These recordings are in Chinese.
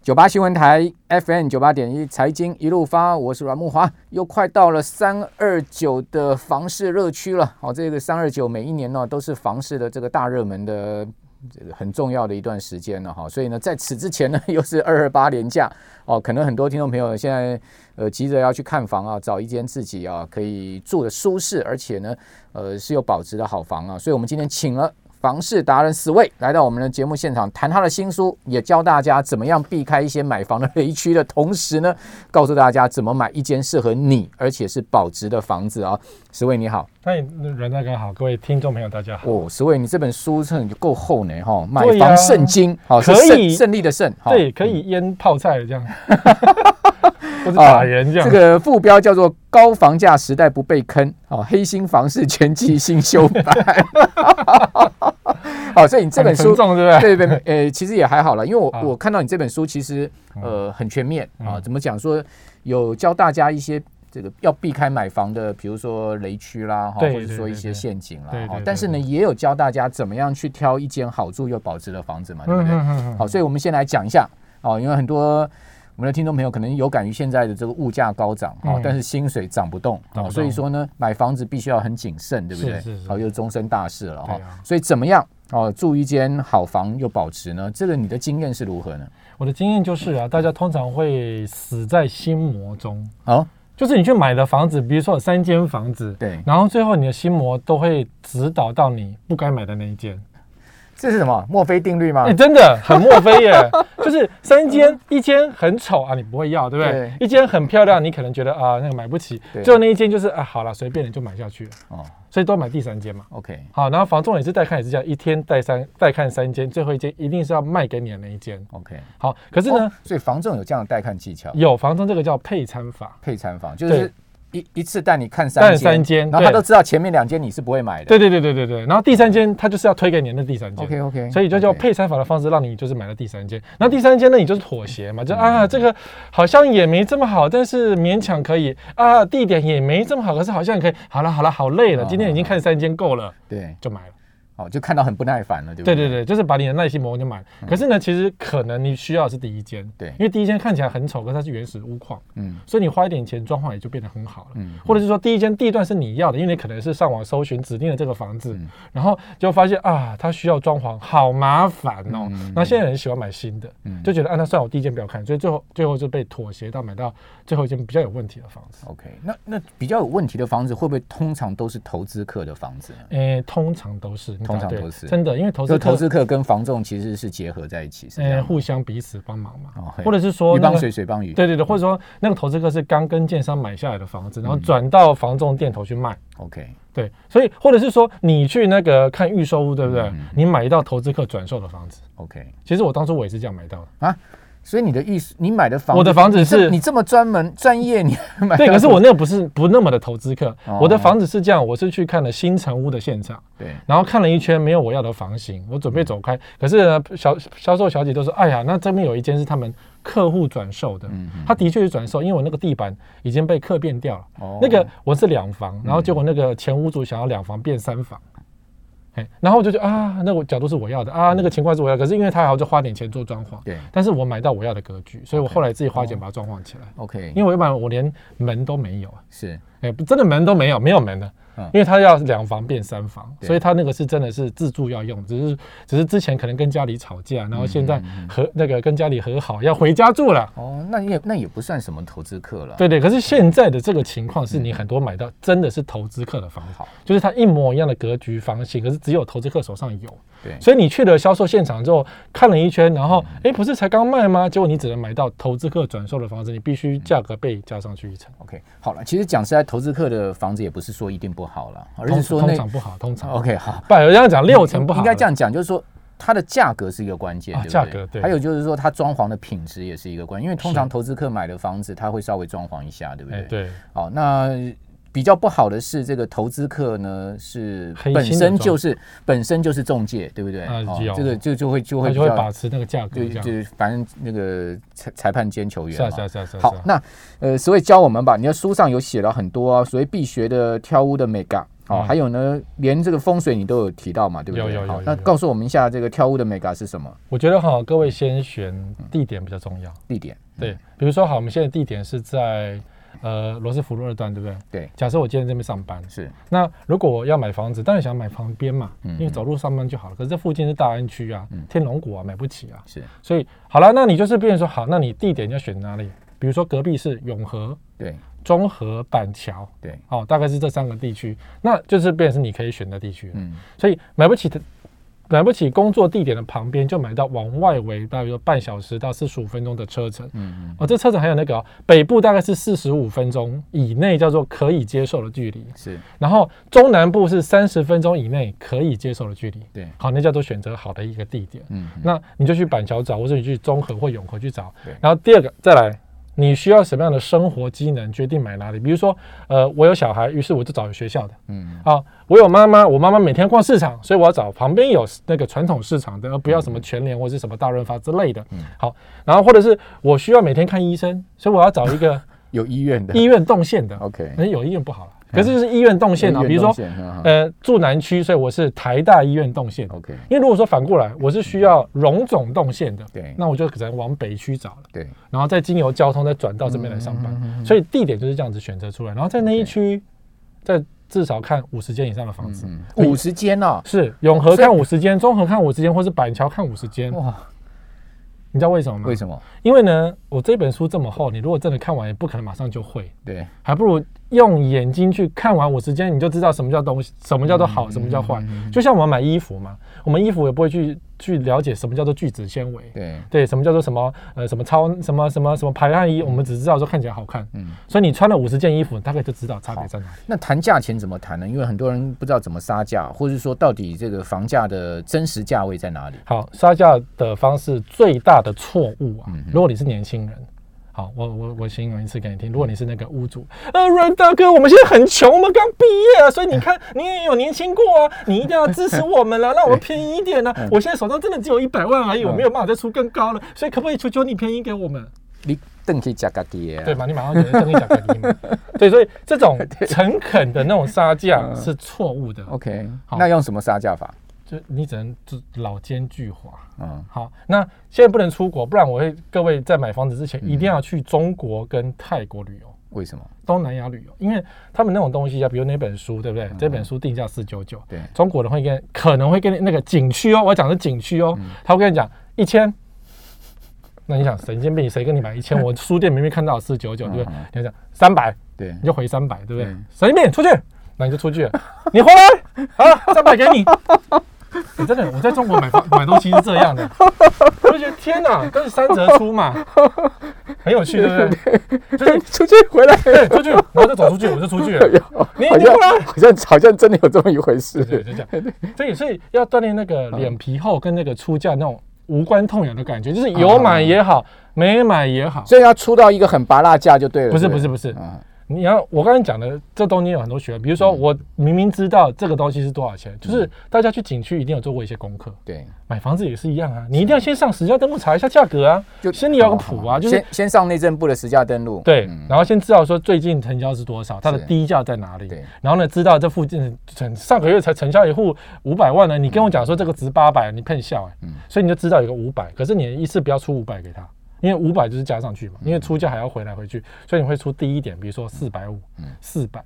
九八新闻台 FM 九八点一财经一路发，我是阮木华，又快到了三二九的房市热区了。好、这个三二九每一年呢、都是房市的这个大热门的这个很重要的一段时间了哈、所以呢，在此之前呢， 又是二二八连假哦，可能很多听众朋友现在呃急着要去看房啊，找一间自己啊可以住的舒适，而且呢呃是有保值的好房啊。所以我们今天请了。房市达人 Sway 来到我们的节目现场，谈他的新书，也教大家怎么样避开一些买房的雷区的同时呢，告诉大家怎么买一间适合你而且是保值的房子啊。石伟你好，嗨，阮大哥好，各位听众朋友大家好。哦，石伟，你这本书真的够厚呢，哈、买对呀房圣经，好、是可胜以胜利的胜，哈对，可嗯啊以腌泡菜这 样，或者打人这样。这个副标叫做“高房价时代不被坑”，哦，黑心房市全季新修 版。好，所以你这本很沉书，重对不对？ 对对对，呃，其实也还好了，因为我、啊我看到你这本书其实嗯呃很全面啊，嗯怎么讲说有教大家一些。这个要避开买房的，比如说雷区啦，哈，或对者对说一对些对陷阱啦，对哈对。对但是呢，对也有教大家怎么样去挑一间好住又保值的房子嘛，对不嗯对？嗯好，所以我们先来讲一下哦，因为很多我们的听众朋友可能有感于现在的这个物价高涨哦嗯，但是薪水涨不动涨哦，不所以动说呢，买房子必须要很谨慎，对不是对是？是好，又是终身大事了哈对啊。所以怎么样哦，住一间好房又保值呢？这个你的经验是如何呢？我的经验就是啊，大家通常会死在心魔中，哦，就是你去买的房子，比如说有三间房子，对，然后最后你的心魔都会指导到你不该买的那一间。这是什么？墨菲定律吗哎、？真的很墨菲耶， 就是三间，一间很丑啊，你不会要，对不嗯对？对一间很漂亮，你可能觉得啊、那个买不起对，最后那一间就是啊，好了，随便你就买下去了，哦所以都买第三间嘛。 ，OK，好，然后房仲也是带看也是这样，一天带三带看三间，最后一间一定是要卖给你的那一间。 OK，好，可是呢，哦所以房仲有这样的带看技巧，有房仲这个叫配餐法，配餐房就是一一次带你看三带间，你三间然后他对都知道前面两间你是不会买的。对对对对对对，然后第三间他就是要推给你的那第三间。 ，OK OK，所以就叫配餐法的方式，让你就是买了第三间，然后第三间呢，你就是妥协嘛，就啊这个好像也没这么好，但是勉强可以啊，地点也没这么好，可是好像也可以。好了好了，好累了，今天已经看三间够了，对，就买了。哦，就看到很不耐烦了，对不对对？对对，就是把你的耐心磨就买了。可是呢，其实可能你需要的是第一间，对因为第一间看起来很丑，可是它是原始屋况，嗯所以你花一点钱装潢也就变得很好了。嗯或者是说第一间地段是你要的，因为你可能是上网搜寻指定了这个房子，嗯然后就发现啊，它需要装潢，好麻烦哦。嗯那现在人喜欢买新的，嗯就觉得啊，那算了我第一间不要看，所以最后最后就被妥协到买到最后一间比较有问题的房子。 OK，那那比较有问题的房子，会不会通常都是投资客的房子呢？诶，通常都是，你答通常对都是真的，因为投就资投客资客跟房仲其实是结合在一起，是这诶样吗。互相彼此帮忙嘛，哦嘿或者是说鱼那帮个水，水帮鱼。对对对，或者说那个投资客是刚跟建商买下来的房子，然嗯后转到房仲店头去卖。 ，OK，对，所以或者是说你去那个看预售屋，对不对？嗯嗯你买到投资客转售的房子， OK。其实我当初我也是这样买到 的。啊所以你的意思，你买的房，我的房子你这是你这么专门专业，你还买对，到可是我那个不是不那么的投资客，哦我的房子是这样，我是去看了新城屋的现场，对然后看了一圈没有我要的房型，我准备走嗯开，可是呢，销销售小姐就说，哎呀，那这边有一间是他们客户转售的，嗯嗯他的确是转售，因为我那个地板已经被客变掉了，哦那个我是两房，然后结果那个前屋主想要两房变三房。哎，然后我就觉得啊，那我角度是我要的啊，那个情况是我要的，可是因为他还要就花点钱做装潢，对但是我买到我要的格局，所以我 OK 后来自己花钱把它装潢起来。 OK，因为我一般我连门都没有啊，是哎、不真的门都没有，没有门的啊嗯，因为它要两房变三房，对所以它那个是真的是自住要用，只是只是之前可能跟家里吵架，然后现嗯在和那个跟家里和好，要回家住了。哦，那也那也不算什么投资客了。对对，可是现在的这个情况是你很多买到真的是投资客的房子好，就是它一模一样的格局房型，可是只有投资客手上有，对，所以你去了销售现场之后看了一圈，然后哎不是才刚卖吗？结果你只能买到投资客转售的房子，你必须价格被加上去一层。 OK，好了，其实讲实在，投资客的房子也不是说一定不好了，而通哦是说通那哦常不好，通常 OK 好，不，有这样讲六成不好，应该这样讲，就是说它的价格是一个关键，啊对不对价格对还有就是说它装潢的品质也是一个关键，因为通是常投资客买的房子，他会稍微装潢一下，对不哎。对？对，好，那比较不好的是，这个投资客呢是黑心的本身就是本身就是中介，对不对？啊哦有这个就就会就他会比就会较把持那个价格就这样。就反正那个裁裁判兼球员是啊嘛是啊是啊是啊。好，那呃，所以教我们吧，你的书上有写了很多、啊、所谓必学的挑屋的美感好，嗯还有呢，连这个风水你都有提到嘛，对不有对？有有好有那有告诉我们一下这个挑屋的美感是什么我觉得哈，各位先选地点比较重要。地点？对，比如说好，我们现在地点是在呃罗斯福路二段，对不对？对，假设我今天这边上班，是那如果我要买房子，当然想买旁边嘛，嗯因为走路上班就好了。可是这附近是大安区啊嗯，天龙谷啊，买不起啊。是，所以好了，那你就是变成说，好，那你地点要选哪里？比如说隔壁是永和、对中和、板桥，对，哦，大概是这三个地区，那就是变成是你可以选的地区了。嗯所以买不起的。买不起工作地点的旁边，就买到往外围大约半小时到四十五分钟的车程。嗯嗯，哦，这车程还有那个、哦、北部大概是四十五分钟以内叫做可以接受的距离，嗯是然后中南部是三十分钟以内可以接受的距离。对，好，那叫做选择好的一个地点。嗯嗯那你就去板桥找，或者你去中和或永和去找对。然后第二个再来，你需要什么样的生活机能决定买哪里？比如说，呃，我有小孩，于是我就找有学校的。嗯啊，我有妈妈，我妈妈每天逛市场，所以我要找旁边有那个传统市场的，而不要什么嗯全联或是什么大润发之类的。好，然后或者是我需要每天看医生，所以我要找一 个有医院的医院动线的。嗯，OK，嗯可是有医院不好了，可是就是医院动线啊，医院比如说动线嗯好呃住南区，所以我是台大医院动线。 ，OK，因为如果说反过来，我是需要荣总动线的，对那我就只能往北区找了，对，然后再经由交通再转到这边来上嗯班，所以地点就是这样子选择出来，然后在那一区，再至少看五十间以上的房子，嗯，所以五十间哦，是永和所以看五十间，中和看五十间，或是板桥看五十间，哇，你知道为什么吗？为什么？因为呢，我这本书这么厚，你如果真的看完，也不可能马上就会，对，还不如用眼睛去看完五十间，你就知道什么叫东西，什么叫做好，嗯什么叫坏。就像我们买衣服嘛，我们衣服也不会去去了解什么叫做聚酯纤维，对，对，什么叫做什么呃什么超什么什么什么排汗衣，我们只知道说看起来好看，嗯。所以你穿了五十件衣服，大概就知道差别在哪里。那谈价钱怎么谈呢？因为很多人不知道怎么杀价，或者说到底这个房价的真实价位在哪里？好，杀价的方式最大的错误啊，如果你是年轻人。好，我我我形容一次给你听。如果你是那个屋主，呃，阮大哥，我们现在很穷，我们刚毕业啊，所以你看你也有年轻过啊，你一定要支持我们了，让我们便宜一点呢、我现在手上真的只有一百万而已，我没有办法再出更高了，所以可不可以求求你便宜给我们？你邓可以加个爹，对？嘛？你马上就跟你讲个你嘛。对，所以这种诚恳的那种杀价嗯是错误的， OK，好那用什么杀价法？就你只能就老奸巨猾。嗯，好，那现在不能出国，不然我会各位在买房子之前一定要去中国跟泰国旅游、为什么？东南亚旅游，因为他们那种东西啊，比如那本书，对不对？这本书定价四九九，对中国人会跟可能会跟你那个景区哦，我讲的是景区哦，他会跟你讲一千。那你想神经病，谁跟你买一千？我书店明明看到四九九，对不对？你就讲三百， 对你就回三百，对不对嗯？神经病，出去，那你就出去 了，你回来，好了，三百给你。 你真的，我在中国买房买东西是这样的，我就觉得天哪，都是三折出嘛，很有趣，对不 对？就是出去回 来，对，出去，然后就走出去，我就出 去了。你好你像过来，好像好像真的有这么一回对，事。就这样。所以所以要锻炼那个脸皮厚跟那个出价那种无关痛痒的感觉，就是有买也好，没买也好。所以要出到一个很拔辣价就对了。不是对不是不是，嗯，你要我刚才讲的，这东西有很多学问。比如说，我明明知道这个东西是多少钱，就是嗯大家去景区一定有做过一些功课，对，买房子也是一样啊，你一定要先上实价登录查一下价格啊，心里有个谱啊，就是先先上内政部的实价登录。对嗯，然后先知道说最近成交是多少，它的是低价在哪里对。然后呢，知道这附近成上个月才成交一户五百万呢，你跟我讲说这个值八百，你骗笑哎、嗯所以你就知道有个五百，可是你一次不要出五百给他，因为五百就是加上去嗯嘛，因为出价还要回来回去，所以你会出低一点，比如说四百五、嗯四百，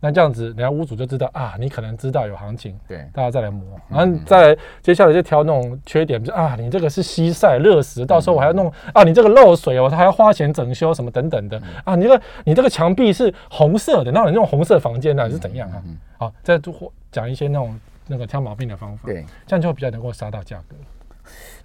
那这样子人家屋主就知道啊，你可能知道有行情，对，大家再来磨，嗯然后再来接下来就挑那种缺点，就是啊，你这个是西晒热死，到嗯时候我还要弄啊，你这个漏水哦，他还要花钱整修什么等等嗯的啊，你这个你这个墙壁是红色的，那你那种红色房间呢、嗯你是怎样啊？好，再多讲一些那种那个挑毛病的方法，对，这样就会比较能够杀到价格。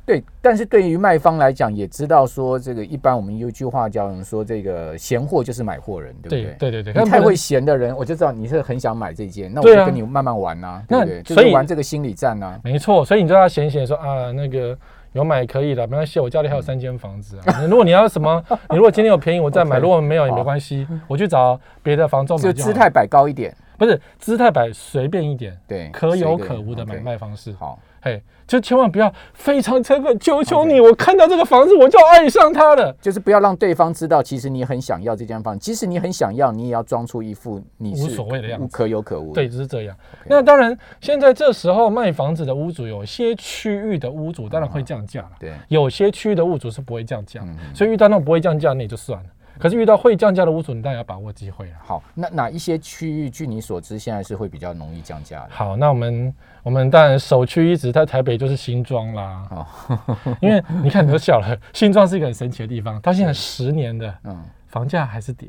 对，但是对于卖方来讲，也知道说这个一般我们有一句话叫人说这个闲货就是买货人，对不对对对你对，但太不会能闲的人，我就知道你是很想买这件，那我对就啊跟你慢慢玩呐、对那不对？就所是以玩这个心理战啊呐、没错，所以你就要闲闲说啊，那个有买可以的，没关系，我家里还有三间 房子啊。如果你要什么，你如果今天有便宜我再买，如果没有也没关系，我去找别的哦房仲买就就好姿了态摆高一点，不是姿态摆随便一点，对，可随有便可无的，OK 买卖方式。好，嘿，就千万不要非常诚恳，求求你，我看到这个房子我就爱上它了。就是不要让对方知道，其实你很想要这间房，即使你很想要，你也要装出一副你是无所谓的样子无可有可无。对，，就是这样。那当然，现在这时候卖房子的屋主，有些区域的屋主当然会降价了，对有些区域的屋主是不会降价，啊嗯所以遇到那种不会降价，那也就算了。可是遇到会降价的屋主，你当然要把握机会啊了。好，那哪一些区域据你所知现在是会比较容易降价的？好，那我们我们当然首屈一指在台北就是新庄啦，哦 因为你看你都笑了，新庄是一个很神奇的地方，到现在十年的嗯，房价还是跌，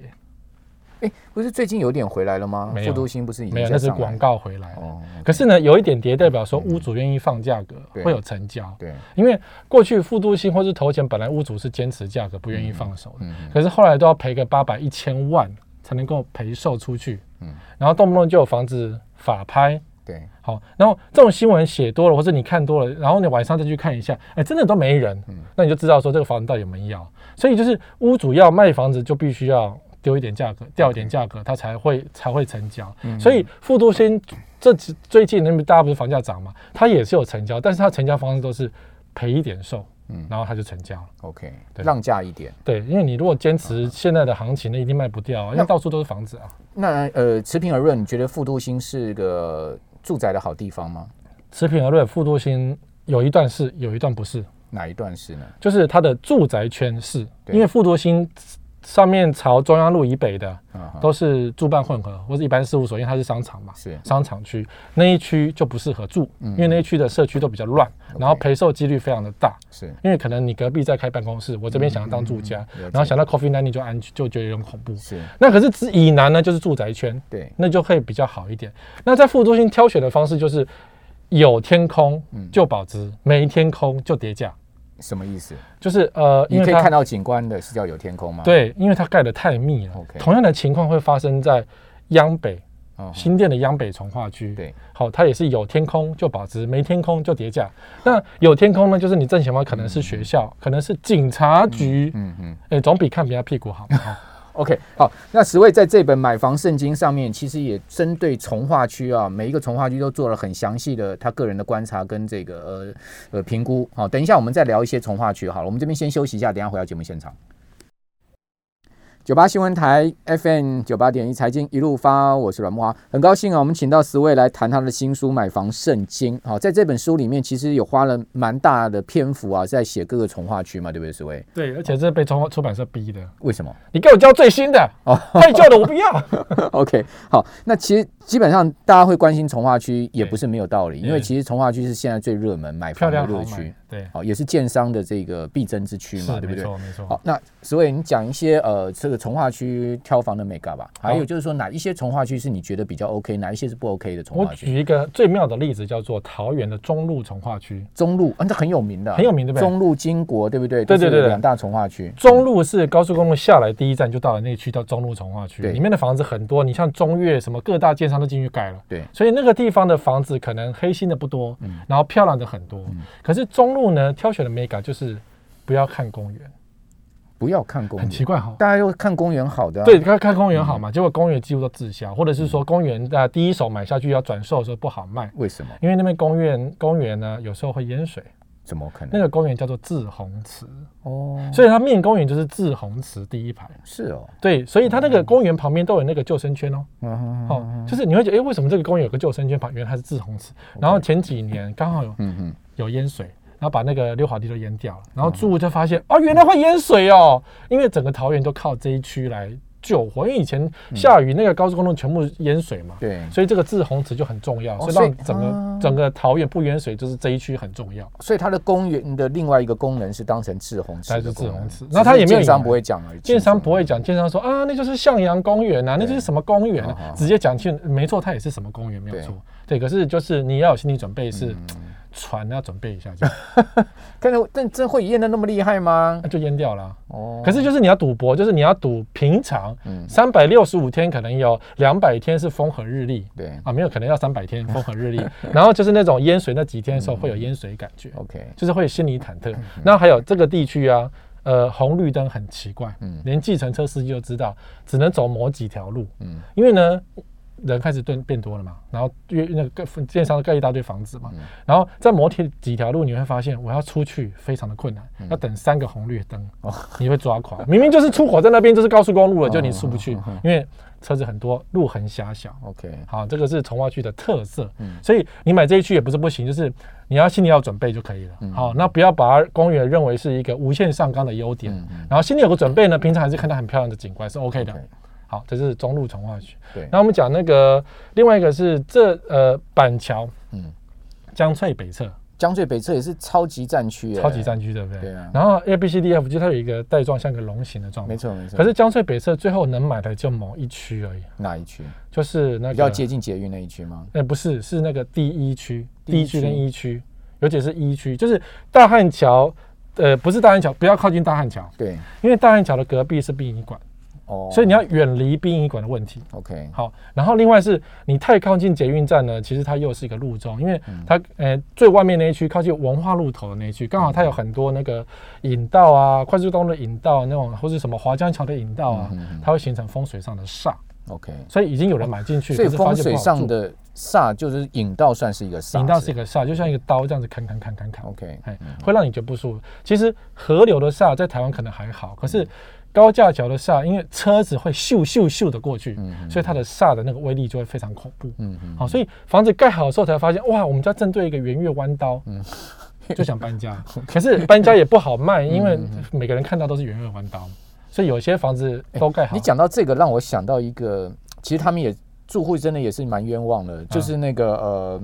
哎，不是最近有点回来了吗？没有复都新不是已经没有，在那是上来广告回来了。哦，嗯可是呢，有一点跌代表说屋主愿意放价格，对会有成交。对，因为过去复都新或是头前本来屋主是坚持价格不愿意放手的，嗯可是后来都要赔个八百一千万才能够赔售出去，嗯然后动不动就有房子法拍。对，好，然后这种新闻写多了，或者你看多了，然后你晚上再去看一下，哎，真的都没人，嗯那你就知道说这个房子到底有没有要。所以就是屋主要卖房子，就必须要丢一点价格，掉一点价格，它才会才会成交。嗯所以复都新这几最近那边大家不是房价涨嘛，它也是有成交，但是它成交方式都是赔一点售，嗯然后它就成交了。 ，OK，对让价一点。对，因为你如果坚持现在的行情，那一定卖不掉啊，因为嗯那到处都是房子啊。那呃，持平而论，你觉得复都新是个住宅的好地方吗？持平而论，复都新有一段是，有一段不是。哪一段是呢？就是它的住宅圈是，对因为富都新上面朝中央路以北的啊哈，都是住办混合或者一般事务所，因为它是商场嘛，是商场区那一区就不适合住，嗯因为那一区的社区都比较乱，然后赔售几率非常的大。是，因为可能你隔壁在开办公室，我这边想要当住家，嗯嗯了解然后想到 coffee nanny 就安就觉得有点恐怖。是，那可是之以南呢，就是住宅圈，对，那就会比较好一点。那在富都新挑选的方式就是有天空就保值，没天空就跌价。嗯什么意思？就是呃，因你为可以它看到景观的是叫有天空吗？，对，因为它盖得太密了。 OK 同样的情况会发生在央北哦，新店的央北从化区。对，好，它也是有天空就保值，没天空就跌价。那有天空呢，就是你正前方可能是学校，可能是警察局，嗯嗯。哎、总比看别人屁股好嘛。 哈 OK，好，那十位在这本《买房圣经》上面，其实也针对从化区啊，每一个从化区都做了很详细的他个人的观察跟这个呃呃评估。好、等一下我们再聊一些从化区好了，我们这边先休息一下，等一下回到节目现场。九八新闻台 FM 九八点一财经一路发，我是阮木华，很高兴啊，我们请到十位来谈他的新书《买房圣经》。好、在这本书里面，其实有花了蛮大的篇幅啊，在写各个从化区嘛，对不对，十位？对，而且这是被出出版社逼的，为什么？你给我交最新的，哦太旧的我不 要。 OK，好，那其实基本上大家会关心从化区也对不是没有道理，因为对其实从化区是现在最热门买房漂的亮热好区买，，对，好，也是建商的这个必争之区是嘛，对不没对？错没错好。，那所以你讲一些呃这个从化区挑房的美感吧，还有就是说哪一些从化区是你觉得比较 OK，哪一些是不 OK 的从我化区？举一个最妙的例子，叫做桃园的中路从化区。中路，嗯，这很有名的啊，很有名对不对中路、金国，对不对？对对都是对对两大从化区。中路是高速公路下来第一站就到了那个区，叫中路从化区。对里面的房子很多，你像中越什么各大建商都进去盖了。对嗯所以那个地方的房子可能黑心的不多，然后漂亮的很多。可是中路呢，挑选的美感就是不要看公园，不要看公很奇园，怪哈、大家要看公园好的啊。对，看看公园好嘛，结果公园几乎都滞销，或者是说公园啊、第一手买下去要转售的时候不好卖，为什么？因为那边公园公园呢有时候会淹水，怎么可那能？个公园叫做志宏池，哦，所以它面公园就是志宏池第一排。是哦，对，所以它那个公园旁边都有那个救生圈哦，嗯哼哦，就是你会觉得，哎，为什么这个公园有个救生圈旁？原来它是志宏池。然后前几年刚好有嗯哼。有淹水，然后把那个溜滑梯都淹掉了，然后住户就发现，哦，原来会淹水哦，因为整个桃园都靠这一区来救火，因为以前下雨那个高速公路全部淹水嘛，对所以这个志宏池就很重要，嗯哦所以让所以整啊个整个桃园不淹水，就是这一区很重要。所以它的公园的另外一个功能是当成滞洪池它的是功能，滞洪池只那它是也没有建商引不会讲啊而已，建商不会讲，建商说啊，那就是向阳公园啊，那就是什么公园好好啊好，直接讲清，没错，它也是什么公园，没有错。对，可是就是你要有心理准备，是嗯船要准备一 下，这样但是但真会淹的那么厉害吗那？就淹掉了啊。哦，可是就是你要赌博，就是你要赌平常嗯，三百六十五天可能有两百天是风和日丽对啊，没有可能要三百天风和日 丽，然后就是那种淹水那几天的时候会有淹水感觉， ，OK，就是会心里忐忑。那还有这个地区啊，呃，红绿灯很奇怪，连计程车司机都知道，只能走某几条路，嗯因为呢，人开始变变多了嘛，然后越那个建商盖一大堆房子嘛，然后在某铁几条路你会发现，我要出去非常的困难，要等三个红绿灯，你会抓狂。明明就是出口在那边，就是高速公路了，就你出不去，因为车子很多，路很狭小。 OK，好，这个是从化区的特色，嗯所以你买这一区也不是不行，就是你要心里要有准备就可以了。嗯好，那不要把它公园认为是一个无限上纲的优点，然后心里有个准备呢，平常还是看到很漂亮的景观是 OK 的嗯 OK。好，这是中路从化区。对，那我们讲那个另外一个是这呃板桥，嗯嗯，江翠北侧江最北侧也是超级战区耶，超级战区，对不对？对啊然后 A B C D F G 它有一个带状像个龙形的状没态，错没错。可是江翠北侧最后能买的就某一区而已，哪一区？就是那个比较接近捷运那一区吗？呃，不是，是那个第一区，第第一一区区跟一区，尤其是一区，就是大汉桥，呃，不是大汉桥，不要靠近大汉桥，对，因为大汉桥的隔壁是殡仪馆，哦，所以你要远离殡仪馆的问题。 OK，好，然后另外是你太靠近捷运站呢，其实它又是一个路中，因为嗯它呃最外面那一区靠近文化路头的那一区，刚好它有很多那个引道啊，快速公路的引道那种，或是什么华江桥的引道啊，它会形成风水上的煞，嗯 OK，所以已经有人买进去，所以可是发风现不水好上住的煞就是引道算是一个煞，引到是一个个煞，就像一个刀这样子砍砍砍砍砍， OK，哎，会让你觉得不舒服。其实河流的煞在台湾可能还好，可是高架桥的煞，因为车子会咻咻咻的过去，所以它的煞的那个威力就会非常恐怖。嗯嗯，好，所以房子盖好的时候才发现，哇，我们家正对一个圆月 弯刀，嗯就想搬家，可是搬家也不好卖，因为每个人看到都是圆月弯刀，所以有些房子都盖好。哎你讲到这个，让我想到一个，其实他们也住户真的也是蛮冤枉嗯的，就是那个呃。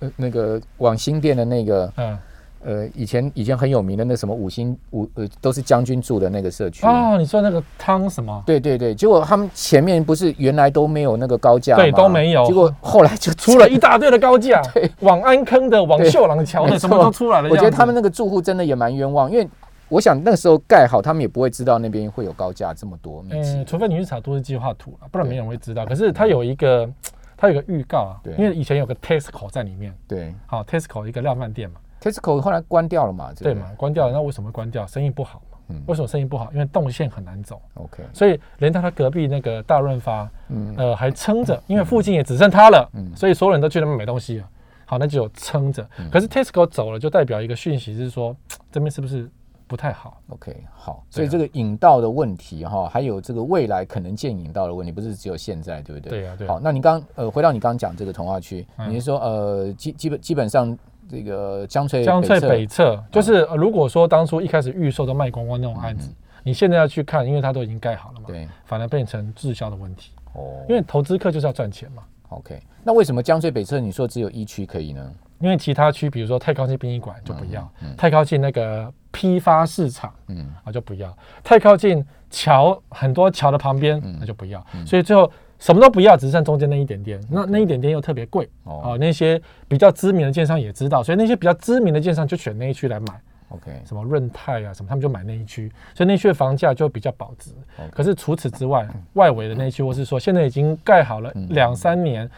呃那个往新店的那个，嗯呃，以前以前很有名的那什么五星五呃，都是将军住的那个社区。哦，你说那个汤什么？对对对，结果他们前面不是原来都没有那个高架吗，对都没有结果后来就出了一大堆的高架对，往安坑的、往对秀朗桥没的，错什么都出来了。我觉得这样子他们那个住户真的也蛮冤枉，因为我想那个时候盖好，他们也不会知道那边会有高架这么多面积。嗯，除非你去查都市计划图了，不然没人会知道。可是它有一个，它有一个预告啊对，因为以前有个 Tesco 在里面，对好，Tesco 一个量贩店嘛， ，Tesco 后来关掉了嘛？这对个嘛，关掉了，那为什么关掉？生意不好嘛。嗯为什么生意不好？因为动线很难走， ？OK，所以连他他隔壁那个大润发，嗯呃，还撑着，因为附近也只剩他了，嗯所以所有人都去那边买东西了。好，那就有撑着。可是 Tesco 走了，就代表一个讯息是说，这边是不是不太好？ ，OK，好。所以对啊这个引道的问题哈，还有这个未来可能建引道的问题，不是只有现在，对不对？对啊对啊好，那你刚呃，回到你刚刚讲这个童话区，嗯你是说呃，基基本基本上这个江翠江翠侧嗯北侧，就是呃如果说当初一开始预售都卖光光那种案子，你现在要去看，因为它都已经盖好了嘛，嗯对反而变成滞销的问题。哦，因为投资客就是要赚钱嘛， OK，那为什么江翠北侧你说只有一区可以呢？因为其他区，比如说太靠近殡仪馆就不要，太靠近那个批发市场嗯，啊就不要，太靠近桥很多桥的旁边嗯那就不要，所以最后。什么都不要，只剩中间那一点点。那那一点点又特别贵嗯哦啊！那些比较知名的建商也知道，所以那些比较知名的建商就选那一区来买。 ，OK，什么润泰啊什么，他们就买那一区，所以那一区的房价就比较保值。 OK 可是除此之外，外围的那一区，或是说现在已经盖好了嗯两三年，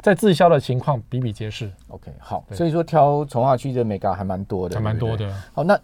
在滞销的情况比比皆是， OK，好，对所以说挑从化区的美感还蛮多的，还蛮对不多对。的。好，那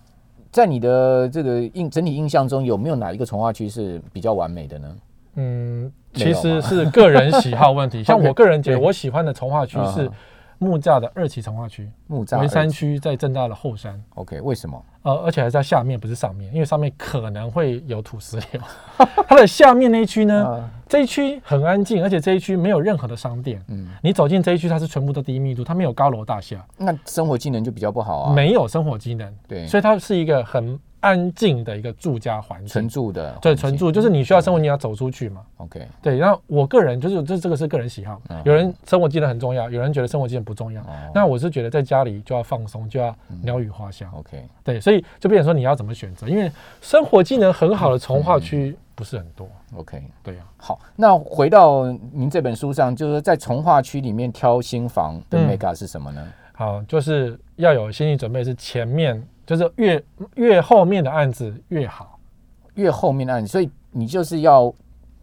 在你的这个印整体印象中，有没有哪一个从化区是比较完美的呢？嗯，没有其实是个人喜好 问题。像 OK，我个人觉得，对我喜欢的从化区是嗯木栅的二期从化区，木栅文山二区在正大的后山。 ，OK，为什么？呃，而且还是在下面，不是上面，因为上面可能会有土石流。 它的下面那一区呢，啊这一区很安静，而且这一区没有任何的商店。嗯你走进这一区，它是全部都低密度，它没有高楼大厦，那生活技能就比较不好啊，没有生活机能，对所以它是一个很安静的一个住家环纯境。住的环境，嗯对，纯住就是你需要生活，你要走出去嘛。 ，OK，对，然后我个人就是这这个是个人喜好嗯，有人生活技能很重要，有人觉得生活技能不重要哦。嗯那我是觉得在家里就要放松，就要鸟语花香。 ，OK，对，所以就变成说你要怎么选择，因为生活技能很好的从化嗯区不是很多。 OK，对呀、好，那回到您这本书上，就是在从化区里面挑新房的嗯美感是什么呢？好，就是要有心理准备，是前面就是越越后面的案子越好。越后面的案子，所以你就是要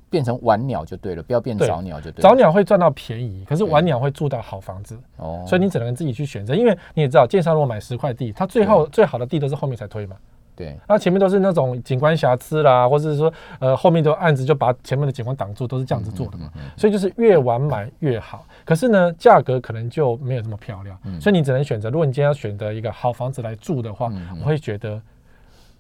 变成晚鸟就对了，不要变对早鸟就对早了。鸟会赚到便宜，可是对晚鸟会住到好房子，哦嗯所以你只能自己去选择。因为你也知道，建商如果买十块地，他最后最好的地都是后面才推嘛，对，那前面都是那种景观瑕疵啦，或者是说呃后面的案子就把前面的景观挡住，都是这样子做的嗯嘛。所以就是越晚买越好，可是呢价格可能就没有这么漂亮，嗯所以你只能选择。如果你今天要选择一个好房子来住的话，嗯我会觉得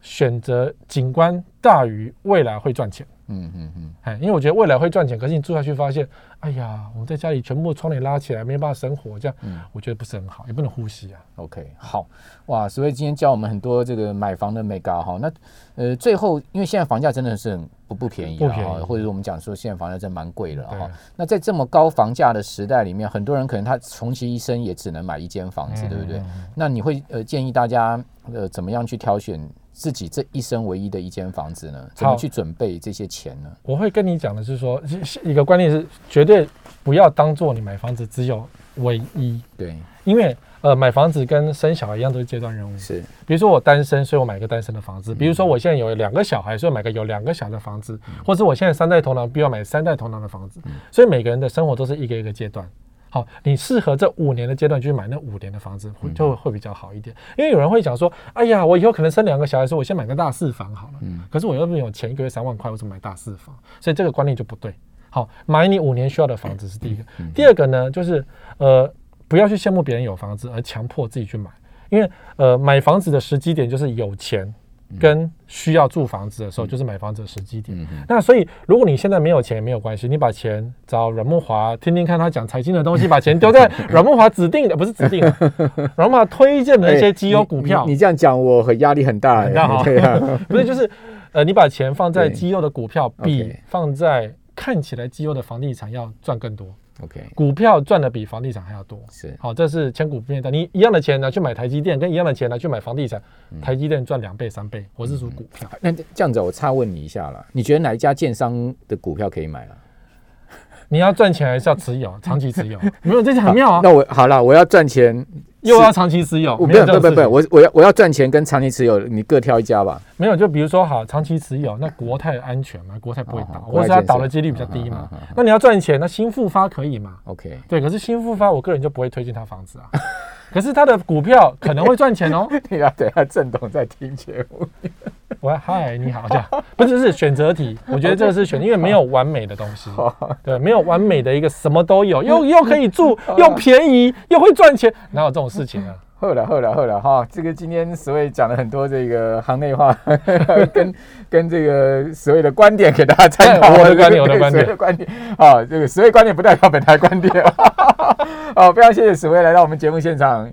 选择景观大于未来会赚钱。嗯嗯嗯，哎，因为我觉得未来会赚钱，可是你住下去发现，哎呀，我们在家里全部窗帘拉起来，没办法生活，这样、我觉得不是很好，也不能呼吸啊。 OK，好哇，所以今天教我们很多这个买房的 mega 哈。那呃，最后因为现在房价真的是很不不便宜了不便哈，宜或者是我们讲说现在房价真的蛮贵了哈对。那在这么高房价的时代里面，很多人可能他穷其一生也只能买一间房嗯子，对不对？那你会呃建议大家呃怎么样去挑选自己这一生唯一的一间房子呢？怎么好去准备这些钱呢？我会跟你讲的是说，是是一个观念是绝对不要当做你买房子只有唯一，对，因为呃买房子跟生小孩一样都是阶段任务。是，比如说我单身，所以我买一个单身的房子；比如说我现在有两个小孩，所以买个有两个小孩的房子；或者我现在三代同堂，必须要买三代同堂的房子。所以每个人的生活都是一个一个阶段。好，你适合这五年的阶段去买那五年的房子，会就会比较好一点。因为有人会讲说，哎呀，我以后可能生两个小孩，所以我先买个大四房好了。可是我又没有钱，一个月三万块，我怎么买大四房？所以这个观念就不对。好，买你五年需要的房子是第一个。第二个呢，就是呃，不要去羡慕别人有房子而强迫自己去买，因为呃，买房子的时机点就是有钱跟需要住房子的时候，就是买房子的时机嗯点。那所以，如果你现在没有钱也没有关系，你把钱找阮木华听听看他讲财经的东西，把钱 丢在阮木华指定的不是指定的，阮木华推荐的一些绩优股票，哎你这样讲我很压力很大，很大哈哦对啊， 不是就是呃，你把钱放在对绩优的股票，比 OK 放在看起来绩优的房地产要赚更多。 ，OK，股票赚的比房地产还要多。是，好，这是千古不变的。你一样的钱拿去买台积电，跟一样的钱拿去买房地产，嗯台积电赚两倍三倍。我是属股票，那这样子我差问你一下了，你觉得哪一家建商的股票可以买啊？你要赚钱还是要持有，长期 持有？没有，这很妙啊那，我好了，我要赚钱，又要长期持有，我不没有要这不种不事不，情。我我要我要赚钱跟长期持有，你各挑一家吧。没有，就比如说好，长期持有，那国泰安全嘛，啊国泰啊不会哦倒，国或泰者它建设倒的几率比较低嘛。那你要赚钱，那新复发可以嘛？ OK，对，可是新复发，我个人就不会推荐它房子啊。 可是它的股票可能会赚钱哦。 你要等一下郑董在听节目。我嗨，你好，这样 不是是选择题，我觉得这个是选，因为没有完美的东西，对，没有完美的一个什么都有， 又又可以住，又便宜，又会赚钱，哪有这种事情啊？后来后来后来哈，这个今天所谓讲了很多这个行内话， 跟跟这个所谓的观点给大家参考。对我的观点我的对观点所谓观点 啊，这个所谓观点不代表本台观点。哦，非常谢谢史威来到我们节目现场，